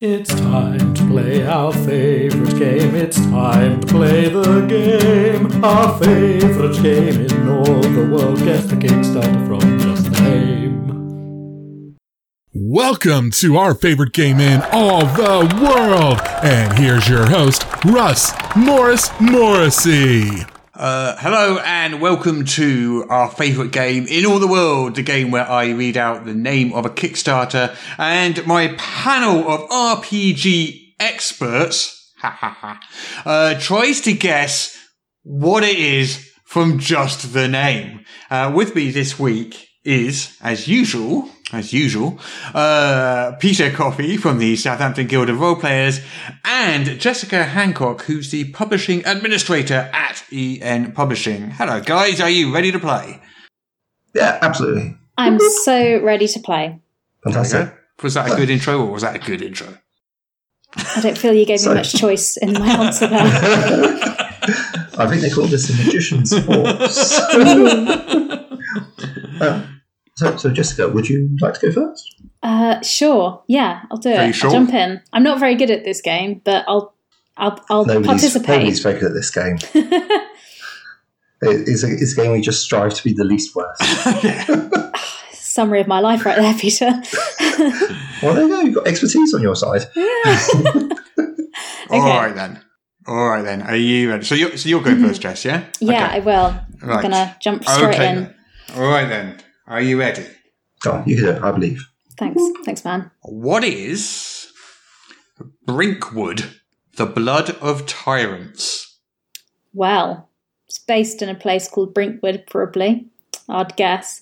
It's time to play our favorite game. It's time to play the game. Our favorite game in all the world. Guess the Kickstarter from just the name. Welcome to our favorite game in all the world. And here's your host, Russ Morris Morrissey. Uh, hello and welcome to our favourite game in all the world, the game where I read out the name of a Kickstarter and my panel of RPG experts uh, tries to guess what it is from just the name. Uh, with me this week is, as usual, as usual, uh, Peter Coffey from the Southampton Guild of Roleplayers and Jessica Hancock, who's the publishing administrator at EN Publishing. Hello, guys. Are you ready to play? Yeah, absolutely. I'm so ready to play. Fantastic. Was that a good intro or was that a good intro? I don't feel you gave me Sorry. much choice in my answer there. I think they call this the magician's force. Uh, so, so, Jessica, would you like to go first? Uh, sure, yeah, I'll do Are it. you sure? I'll jump in. I'm not very good at this game, but I'll I'll I'll nobody's participate. very good at this game. It- it's, a, it's a game we just strive to be the least worst. Summary of my life, right there, Peter. Well, there you go. You've got expertise on your side. All right then. All right then. Are you ready? So you're, so you're going first, Jess, yeah? Mm-hmm. Yeah, I will. Right. I'm gonna jump straight okay. in. then. All right then. Are you ready? Oh, you can do it, I believe. Thanks, thanks, man. What is Brinkwood, the blood of tyrants? Well, it's based in a place called Brinkwood, probably. I'd guess.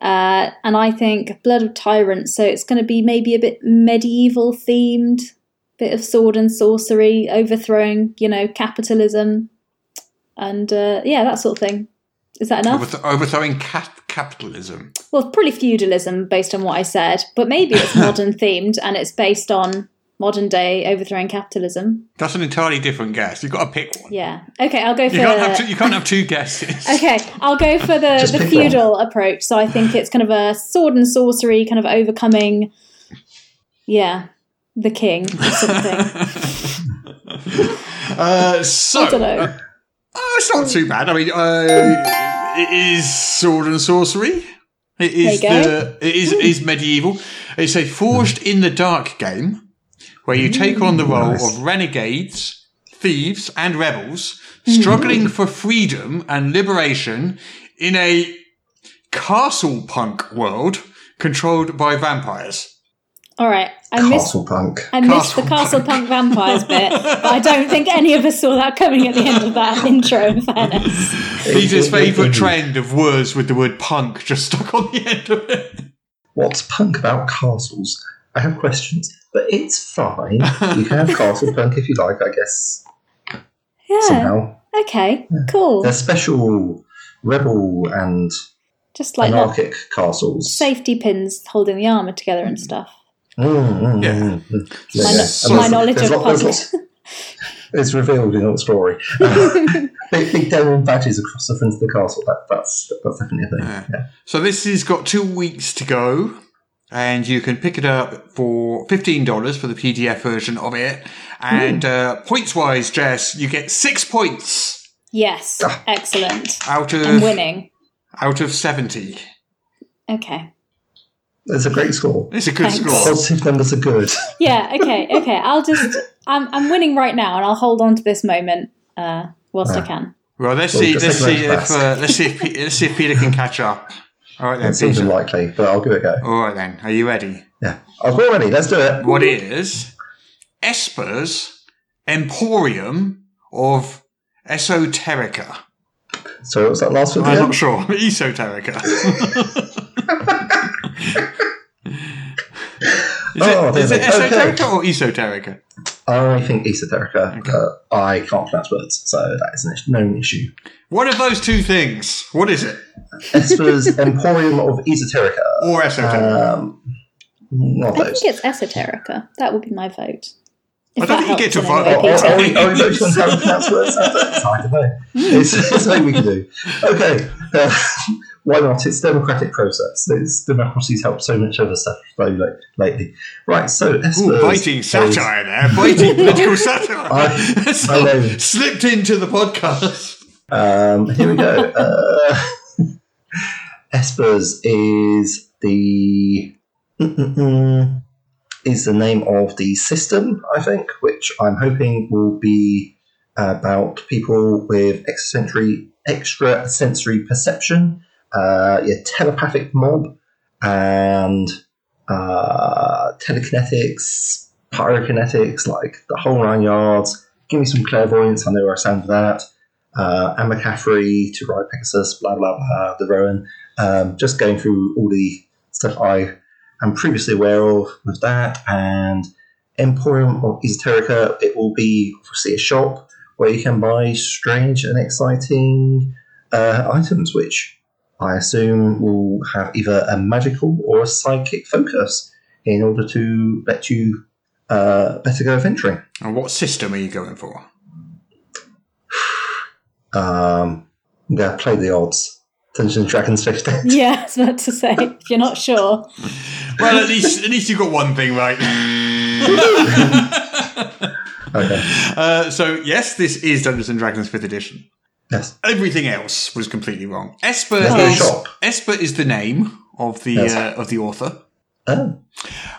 Uh, and I think Blood of Tyrants, so it's going to be maybe a bit medieval themed, bit of sword and sorcery, overthrowing, you know, capitalism, and uh, yeah, that sort of thing. Is that enough? Overth- overthrowing cap- capitalism. well, probably feudalism based on what I said, but maybe it's modern themed and it's based on modern day overthrowing capitalism. That's an entirely different guess. You've got to pick one. Yeah. Okay, I'll go for You can't, have two, you can't have two guesses. Uh, Okay, I'll go for the, Just the pick feudal approach. So I think it's kind of a sword and sorcery, kind of overcoming, yeah, the king or something. Uh, so, I don't know. uh, oh, it's not too bad. I mean, uh, it is sword and sorcery. It is There you go. Hmm. the it is it is medieval. It's a forged in the dark game where you take on Hmm. the role nice. of renegades, thieves, and rebels Hmm. struggling for freedom and liberation in a castle punk world controlled by vampires. All right, I missed. Castle Punk. I missed the Castle castle punk vampires bit, but I don't think any of us saw that coming at the end of that intro. In fairness, Peter's It- it- it- favourite it- trend of words with the word punk just stuck on the end of it. What's punk about castles? I have questions, but it's fine. You can have Castle Punk if you like, I guess, yeah. somehow. Okay, cool. They're special rebel and Just like that anarchic castles. safety pins holding the armor together and stuff. Mm, mm, Yeah. mm, mm. Yeah, My, yeah. kno- So- my There's- knowledge there's of lot- there's puzzles. lots- It's revealed in all story. Uh, big, big diamond badges across the front of the castle. That, that's that's definitely a thing. Yeah. Yeah. So this has got two weeks to go, and you can pick it up for fifteen dollars for the PDF version of it. And uh, points wise, Jess, you get six points Yes, Ah. excellent. out I'm of winning. out of seventy. Okay. That's a great score. It's a good Thanks. score. Positive numbers are good. yeah okay okay i'll just i'm, I'm winning right now and i'll hold on to this moment uh whilst i can Well, let's Well, see. just Let's take see those if fast. uh, let's see if Pe- let's see if Peter can catch up. All right then, That seems Peter. unlikely, but I'll give it a go. All right then. Are you ready? Yeah. I've already. Let's do it. What is Esper's Emporium of Esoterica? So what's that last one? I'm again? not sure. Esoterica. is Oh, it, is it there we go. esoterica or esoterica? I think esoterica. Uh, I can't pronounce words, so that is a known issue. One of those two things. What is it? Esper's Emporium of Esoterica. Or esoterica? Um, not i think those. it's esoterica that would be my vote I don't think you get to helps in vote. any way, Oh, Peter. are, we, are we voting on Hmm. how we pronounce words? I don't know. It's, it's something we can do. Okay. Uh, why not? It's democratic process. It's, democracy's helped so much other stuff very late, lately. Right, so Ooh, Esper's biting goes- satire there. Biting political satire. I- So, I know. Slipped into the podcast. Um, here we go. Uh, Espers is the Mm-mm-mm. is the name of the system, I think, which I'm hoping will be about people with extrasensory extrasensory perception, uh, your telepathic mob, and uh, telekinetics, pyrokinetics, like the whole nine yards. Give me some clairvoyance. I know where I stand for that uh, Anne McCaffrey to ride Pegasus, blah blah blah, the Rowan. Um, just going through all the stuff I am previously aware of with that and Emporium or Esoterica. It will be obviously a shop where you can buy strange and exciting uh, items, which I assume will have either a magical or a psychic focus in order to let you uh, better go adventuring. And what system are you going for? Um, I'm going to play the odds. Dungeons and Dragons 15. Yeah, I was about to say, if you're not sure. Well, at least at least you got one thing right. Okay. Uh, so yes, this is Dungeons and Dragons Fifth Edition. Yes. Everything else was completely wrong. Esper Let's go Oh. is shop. Esper is the name of the Yes. uh, of the author. Oh, no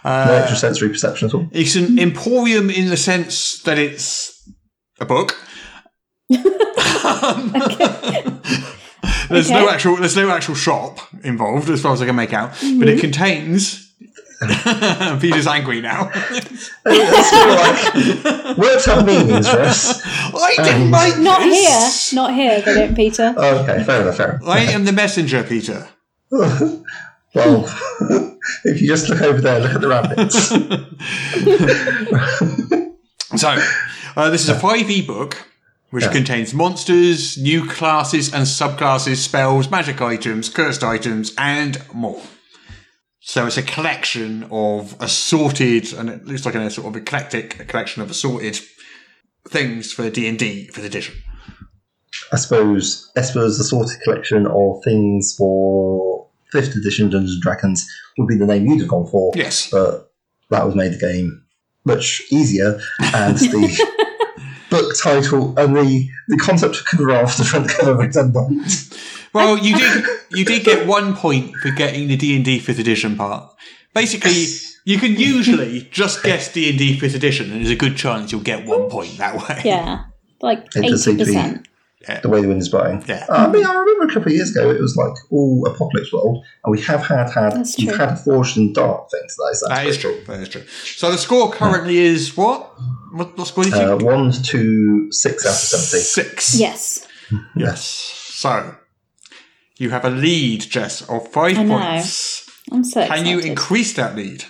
Uh, extra sensory perception at all. It's an emporium in the sense that it's a book. Um, there's no Okay. actual there's no actual shop involved as far as I can make out, but Mm-hmm. it contains. Peter's angry now. It's more like words have meanings, Russ. I didn't write Not here, this. not here, they don't, Peter. Oh. Okay, fair enough, fair enough. I am the messenger, Peter. Well, if you just look over there, look at the rabbits. So, uh, this is a 5e book which contains monsters, new classes and subclasses, spells, magic items, cursed items, and more. So, it's a collection of assorted, and it looks like a sort of eclectic collection of assorted things for D&D 5th edition. I suppose Esper's assorted collection of things for 5th edition Dungeons and Dragons would be the name you'd have gone for. Yes. But that was made the game much easier, and the book title and the, the concept of cover off the front cover were done by. Well, you did you did get one point for getting the D and D fifth edition part. Basically, you can usually just guess D and D fifth edition, and there's a good chance you'll get one point that way. Yeah, like It does seem to be- 80%. The way the wind is blowing. Yeah. Uh, I mean, I remember a couple of years ago it was like all Apocalypse World, and we have had had That's we've true. had a Forged and Dark thing to that. So that's That is pretty true. That is true. So the score currently is what? What, what score did you? cool. Uh, one to six out of seventy. Six. Yes, Yes. So you have a lead, Jess, of five I know. points. I'm so Can excited. you increase that lead?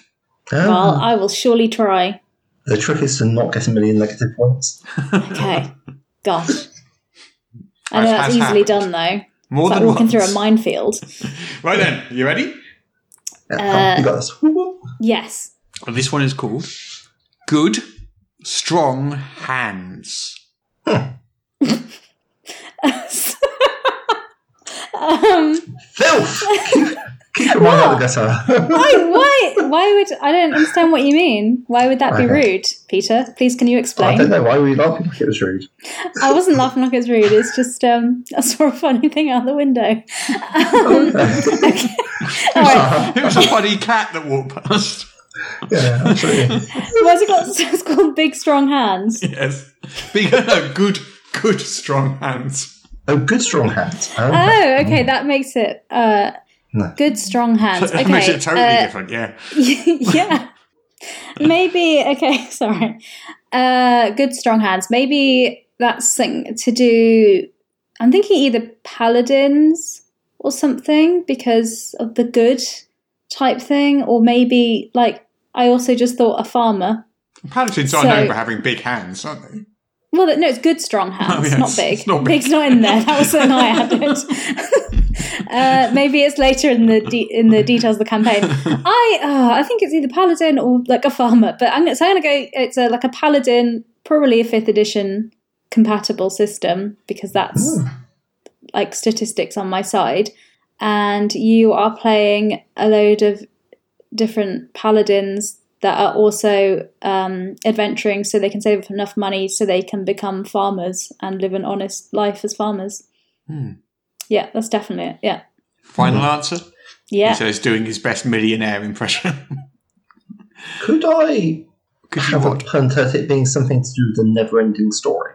Um, well, I will surely try. the trick is to not get a million negative points. Okay, gosh. I As know that's has easily happened. done, though. More It's like than walking once. through a minefield. Right then, you ready? Yeah, Uh, you got this. Woo-woo. Yes. And this one is called Good Strong Hands. Um, Filth. Keep your mind out the gutter. why, why, why would I don't understand what you mean? Why would that be Okay. rude, Peter? Please, can you I don't explain? know why were you laughing like it was rude. I wasn't laughing like it's rude. It's just um, I saw a funny thing out the window. Um, okay. All right. It was a funny cat that walked past. Yeah, absolutely. What's it called? It's called Big Strong Hands. Yes. Big, no, good, good, strong hands. oh, good strong hand. Um, Oh, okay. That makes it uh, No. good strong hands. Okay. That makes it totally uh, different, yeah. yeah. Maybe okay, sorry. Uh good strong hands. Maybe that's something to do I'm thinking either paladins or something because of the good type thing, or maybe like I also just thought a farmer. Paladins are So- known for having big hands, aren't they? Well, no, it's good strong hands, Oh, yes, not big. it's not big. Big's not in there. That was something I added. uh, maybe it's later in the de- in the details of the campaign. I uh, I think it's either paladin or like a farmer, but I'm gonna, so I'm gonna go. It's a, like a paladin, probably a fifth edition Hmm. compatible system because that's like statistics on my side. and you are playing a load of different paladins that are also um, adventuring so they can save up enough money so they can become farmers and live an honest life as farmers. Hmm. Yeah, that's definitely it. Yeah. Final Mm. answer. Yeah. So he's doing his best millionaire impression. Could I Could you have a what? punt at it being something to do with the never ending story?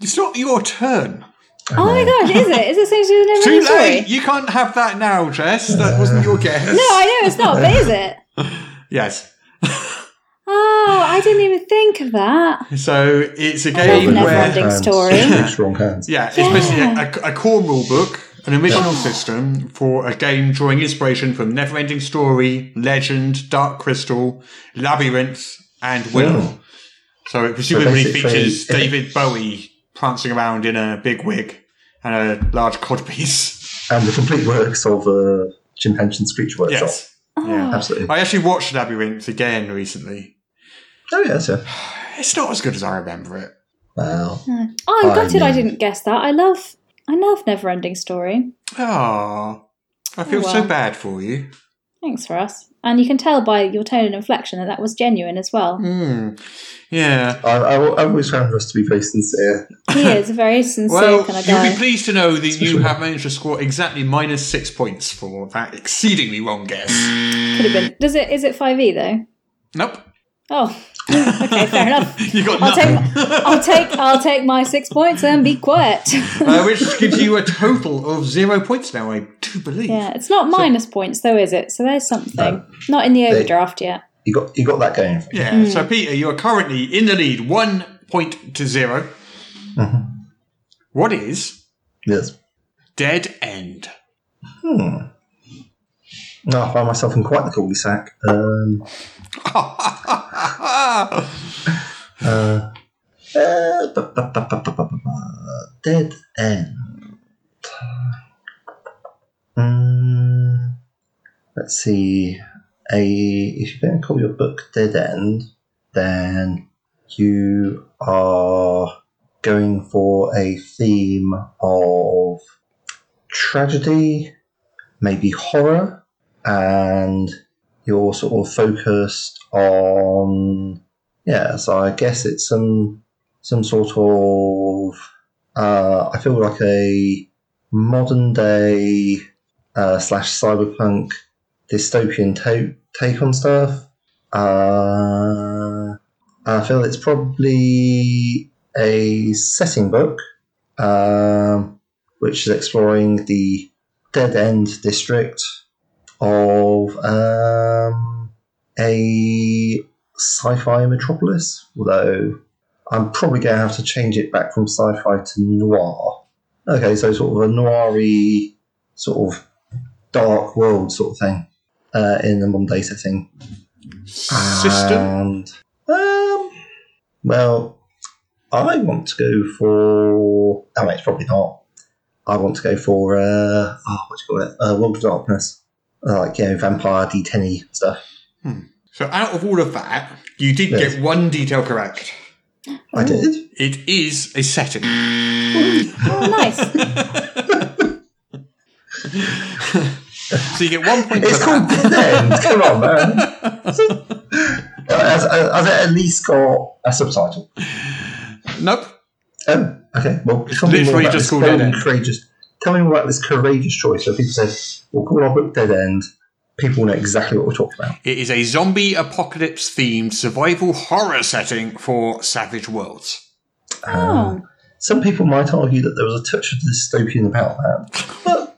It's not your turn. oh my gosh, is it? Is it something to do with Never Too Ending Story? late. You can't have that now, Jess. That wasn't your guess. No, I know it's not, but is it? Yes. Oh, I didn't even think of that. So it's a love game Never where Ending hands. Story. Really strong hands. Yeah, it's basically a, a, a core rule book, an original system for a game drawing inspiration from Neverending Story, Legend, Dark Crystal, Labyrinth, and Willow. Oh. So it presumably basically- features David Bowie prancing around in a big wig and a large codpiece. And the complete works of uh, Jim Henson's Creature Workshop. Yes. Oh, Yeah. Absolutely. I actually watched Labyrinth again recently. Oh, yeah, sir. It's not as good as I remember it. Well, No. Oh, I'm I gutted I mean- didn't guess that. I love I love Never Ending Story. Oh, I feel so well. bad for you. Thanks for us. And you can tell by your tone and inflection that that was genuine as well. Mm. Yeah. I, I, I always found Russ to be very sincere. He is a very sincere Well, kind of you'll be guy. pleased to know that you have managed to score exactly minus six points for that exceedingly wrong guess. Could have been. Does it? Is it five e though? Nope. Oh, okay, fair enough. You got I'll nothing. take, I'll take, I'll take my six points and be quiet. Uh, which gives you a total of zero points now, I do believe. yeah, it's not minus points though, is it? So there's something. No. Not in the overdraft yet. You got, you got that going. Yeah, Hmm. So, Peter, you are currently in the lead, one point to 0 What is Yes. dead end? No, I find myself in quite the cul de sac. Um, uh, ba- ba- ba- ba- ba- ba- ba- ba- dead end. Mm, let's see. A if you don't call your book dead end, then you are going for a theme of tragedy, maybe horror, and you're sort of focused on yeah so i guess it's some some sort of uh, i feel like a modern day uh, slash cyberpunk dystopian ta- take on stuff uh, i feel it's probably a setting book um, which is exploring the dead end district of um, a sci-fi metropolis. Although I'm probably going to have to change it back from sci-fi to noir. Okay, so sort of a noiry, sort of dark world sort of thing uh, in the modern day setting. System? And um, well, I want to go for. Oh, wait, it's probably not. I want to go for uh, oh, what do you call it? Uh, World of Darkness, Uh, like you know, vampire d 10 stuff. So, out of all of that, you did Yes. get one detail correct. I did. It is a setting. Oh, nice. So, you get one point for It's that. called Dead End. Come on, man. has, has it at least got a subtitle? Nope. Oh, okay. Well, It's tell me more literally about just this called bold Dead and End. Courageous. Tell me more about this courageous choice. So people say, "We'll call our book Dead End." People know exactly what we're talking about. It is a zombie apocalypse themed survival horror setting for Savage Worlds. Oh, Some people might argue that there was a touch of dystopian about that.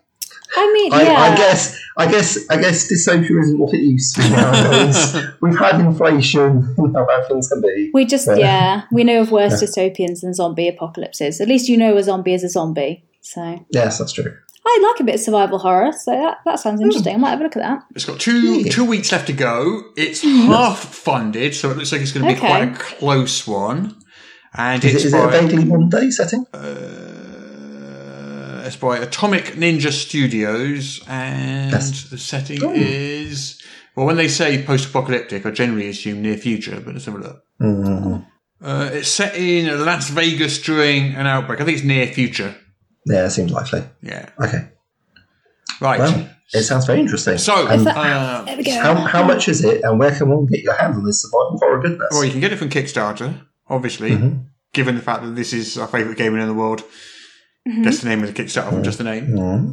I mean, I, yeah. I guess, I guess, I guess dystopia isn't what it used to be nowadays. We've had inflation, you know how things can be. we just, Yeah. yeah, we know of worse dystopians than zombie apocalypses. At least you know a zombie is a zombie. So Yes, that's true. I like a bit of survival horror. So that, that sounds interesting. I might have a look at that. It's got two two weeks left to go. It's half funded, so it looks like it's going to be Okay. quite a close one. And Is, it's it, is it a by vaguely modern day setting? uh, it's by Atomic Ninja Studios, and Yes. the setting is well. When they say post-apocalyptic, I generally assume near future, but let's have a look. Mm. Uh, it's set in Las Vegas during an outbreak. I think it's near future. Yeah, it seems likely. Yeah. Okay. Right. Well, it sounds very interesting. so, And that- uh, There we go. how, how much is it, and where can one get your hands on this survival horror goodness? well, you can get it from Kickstarter, obviously, given the fact that this is our favourite game in the world. Just the name of the Kickstarter from just the name. Hmm.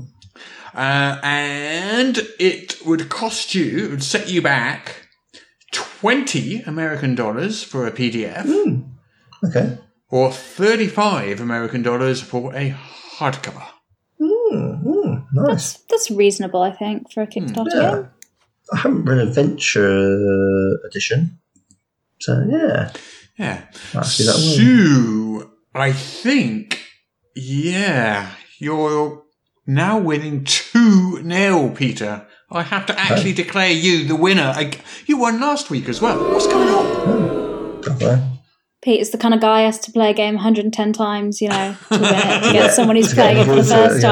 Uh, and it would cost you, it would set you back 20 American dollars for a PDF Okay. or 35 American dollars for a hardcover. Hmm, nice. That's, that's reasonable, I think, for a Kickstarter Yeah. game. I haven't read Adventure Edition. So, yeah. Yeah. Might see that So, I think, yeah, you're now winning 2 nil, Peter. I have to actually declare you the winner. I, you won last week as well. What's going on? Okay. Pete is the kind of guy who has to play a game 110 times, you know, to win it against someone who's Yeah, playing it for the that's it, first yeah.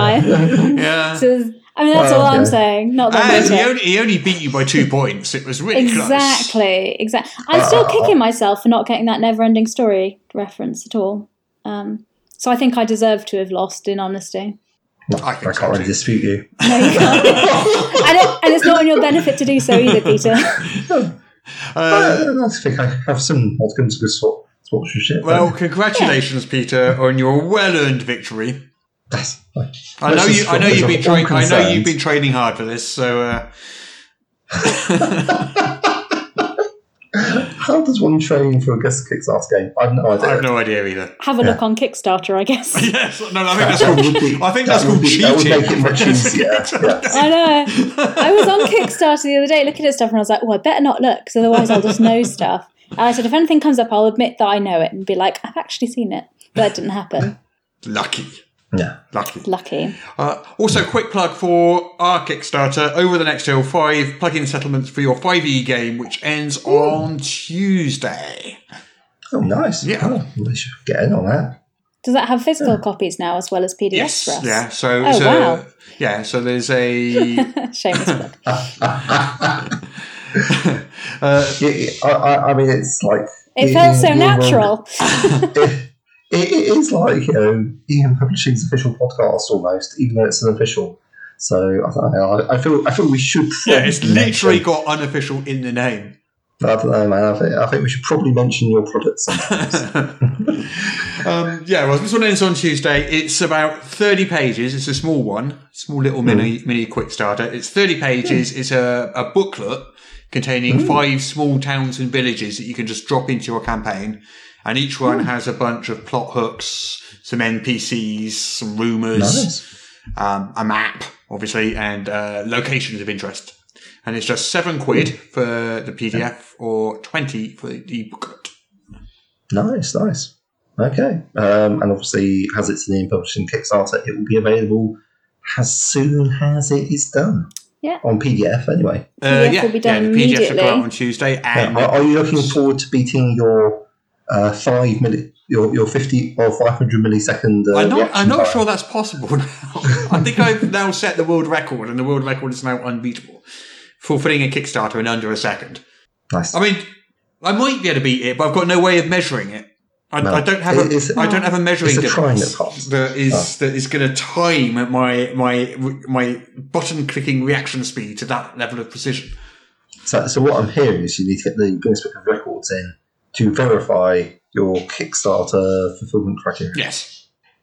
time. Yeah. So, I mean, that's Well, all I'm okay. saying. Not that And much. Uh, he only, he only beat you by two points. It was really close. Exactly, exactly. I'm still kicking myself for not getting that never-ending story reference at all. Um, so I think I deserve to have lost, in honesty. I, think can't so, really too. dispute you. Uh, No, you can't. and, it, and it's not in your benefit to do so either, Peter. Uh, I think I have some outcomes good sort sportsmanship. well, congratulations, Peter, on your well-earned victory. that's, I know that's you. as I know far as you've been. I'm Tra- I know you've concerned. been training hard for this. So uh, How does one train for a guest kicks ass game? I've no I idea. have no idea either. Have a look on Kickstarter, I guess. Yes, no, no, I think that's That called. would be- I think that that's would called be- cheating. That would make it much easier. yeah. I know. I was on Kickstarter the other day looking at stuff, and I was like, "Well, I better not look, because otherwise I'll just know stuff." And I said, "If anything comes up, I'll admit that I know it and be like, I've actually seen it." But that didn't happen. Lucky. Yeah. Lucky. Lucky. Uh, also, quick plug for our Kickstarter over the next hill five plug-in settlements for your 5e game, which ends on Tuesday. Oh, nice. Yeah. Oh, we should get in on that. Does that have physical copies now as well as PDFs Yes. for us? Yeah. So. Oh, so wow. Yeah. So there's a. Shameless plug. Yeah, yeah, I, I, I mean, it's like. It felt so you're- natural. it, it is like you know Ian Publishing's official podcast almost, even though it's unofficial. So I, don't know, I, I feel I feel we should. Yeah, it's mention- literally got unofficial in the name. I don't know, man. I think, I think we should probably mention your products. Um, yeah, well, this one ends on Tuesday. It's about 30 pages. It's a small one, small little mini Mm. mini quick starter. It's 30 pages. It's a, a booklet containing Mm. five small towns and villages that you can just drop into your campaign. And each one Mm. has a bunch of plot hooks, some NPCs, some rumors, Nice. um, a map, obviously, and uh, locations of interest. And it's just seven quid Mm. for the PDF or 20 for the booklet. Nice, nice. Okay, um, and obviously, as it's an Ian Publishing Kickstarter, it will be available as soon as it is done. Yeah. On PDF, anyway. Uh, PDF will be done the PDFs will immediately. go out on Tuesday. And Are, are you looking forward to beating your uh, five milli, your your fifty or five hundred millisecond? Uh, I'm not, reaction I'm not time? sure that's possible now. I think I've now set the world record, and the world record is now unbeatable. Fulfilling a Kickstarter in under a second. Nice. I mean, I might be able to beat it, but I've got no way of measuring it. I, No. I don't have a It- it's- I don't have a measuring it's a trying Oh. device that counts. that is that is going to time my my my button clicking reaction speed to that level of precision. So, so what I'm hearing is you need to get the Guinness Book of Records in to verify your Kickstarter fulfillment criteria. Yes.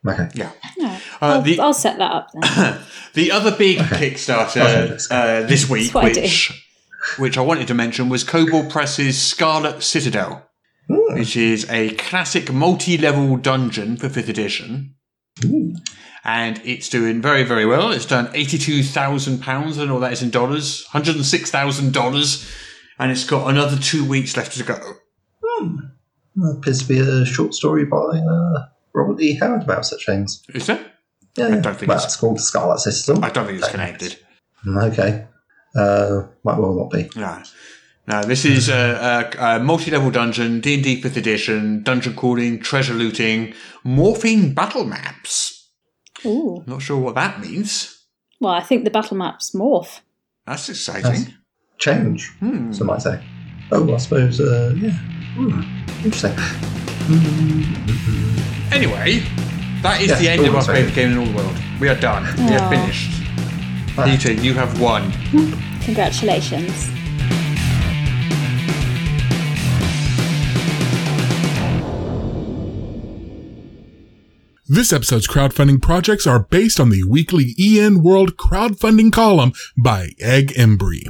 Okay. Yeah. No, Uh, I'll, the- I'll set that up then. The other big Okay, Kickstarter that's uh, this week, That's what I do. which which I wanted to mention, was Cobalt Press's Scarlet Citadel, which is a classic multi-level dungeon for fifth edition, and it's doing very very well. It's done eighty-two thousand pounds, and all that is in dollars, one hundred and six thousand dollars, and it's got another two weeks left to go. There appears to be a short story by uh, Robert E. Howard about such things. Is there? Yeah, I yeah. don't think well, it's- it's called Scarlet System. Mm, I don't think it's connected. Okay. Uh, might well not be. No. No, this is a, a, a multi-level dungeon, D&D 5th edition, dungeon crawling, treasure looting, morphine battle maps. Ooh. Not sure what that means. Well, I think the battle maps morph. That's exciting. Change, Hmm. some might say. Oh, I suppose, uh, yeah. Hmm. Interesting. Anyway, that is Yeah, the end all of our exciting. favourite game in all the world. We are done. We are Aw. finished. Peter, you have won. Congratulations. This episode's crowdfunding E projects are based on the weekly EN World crowdfunding column by Egg Embry.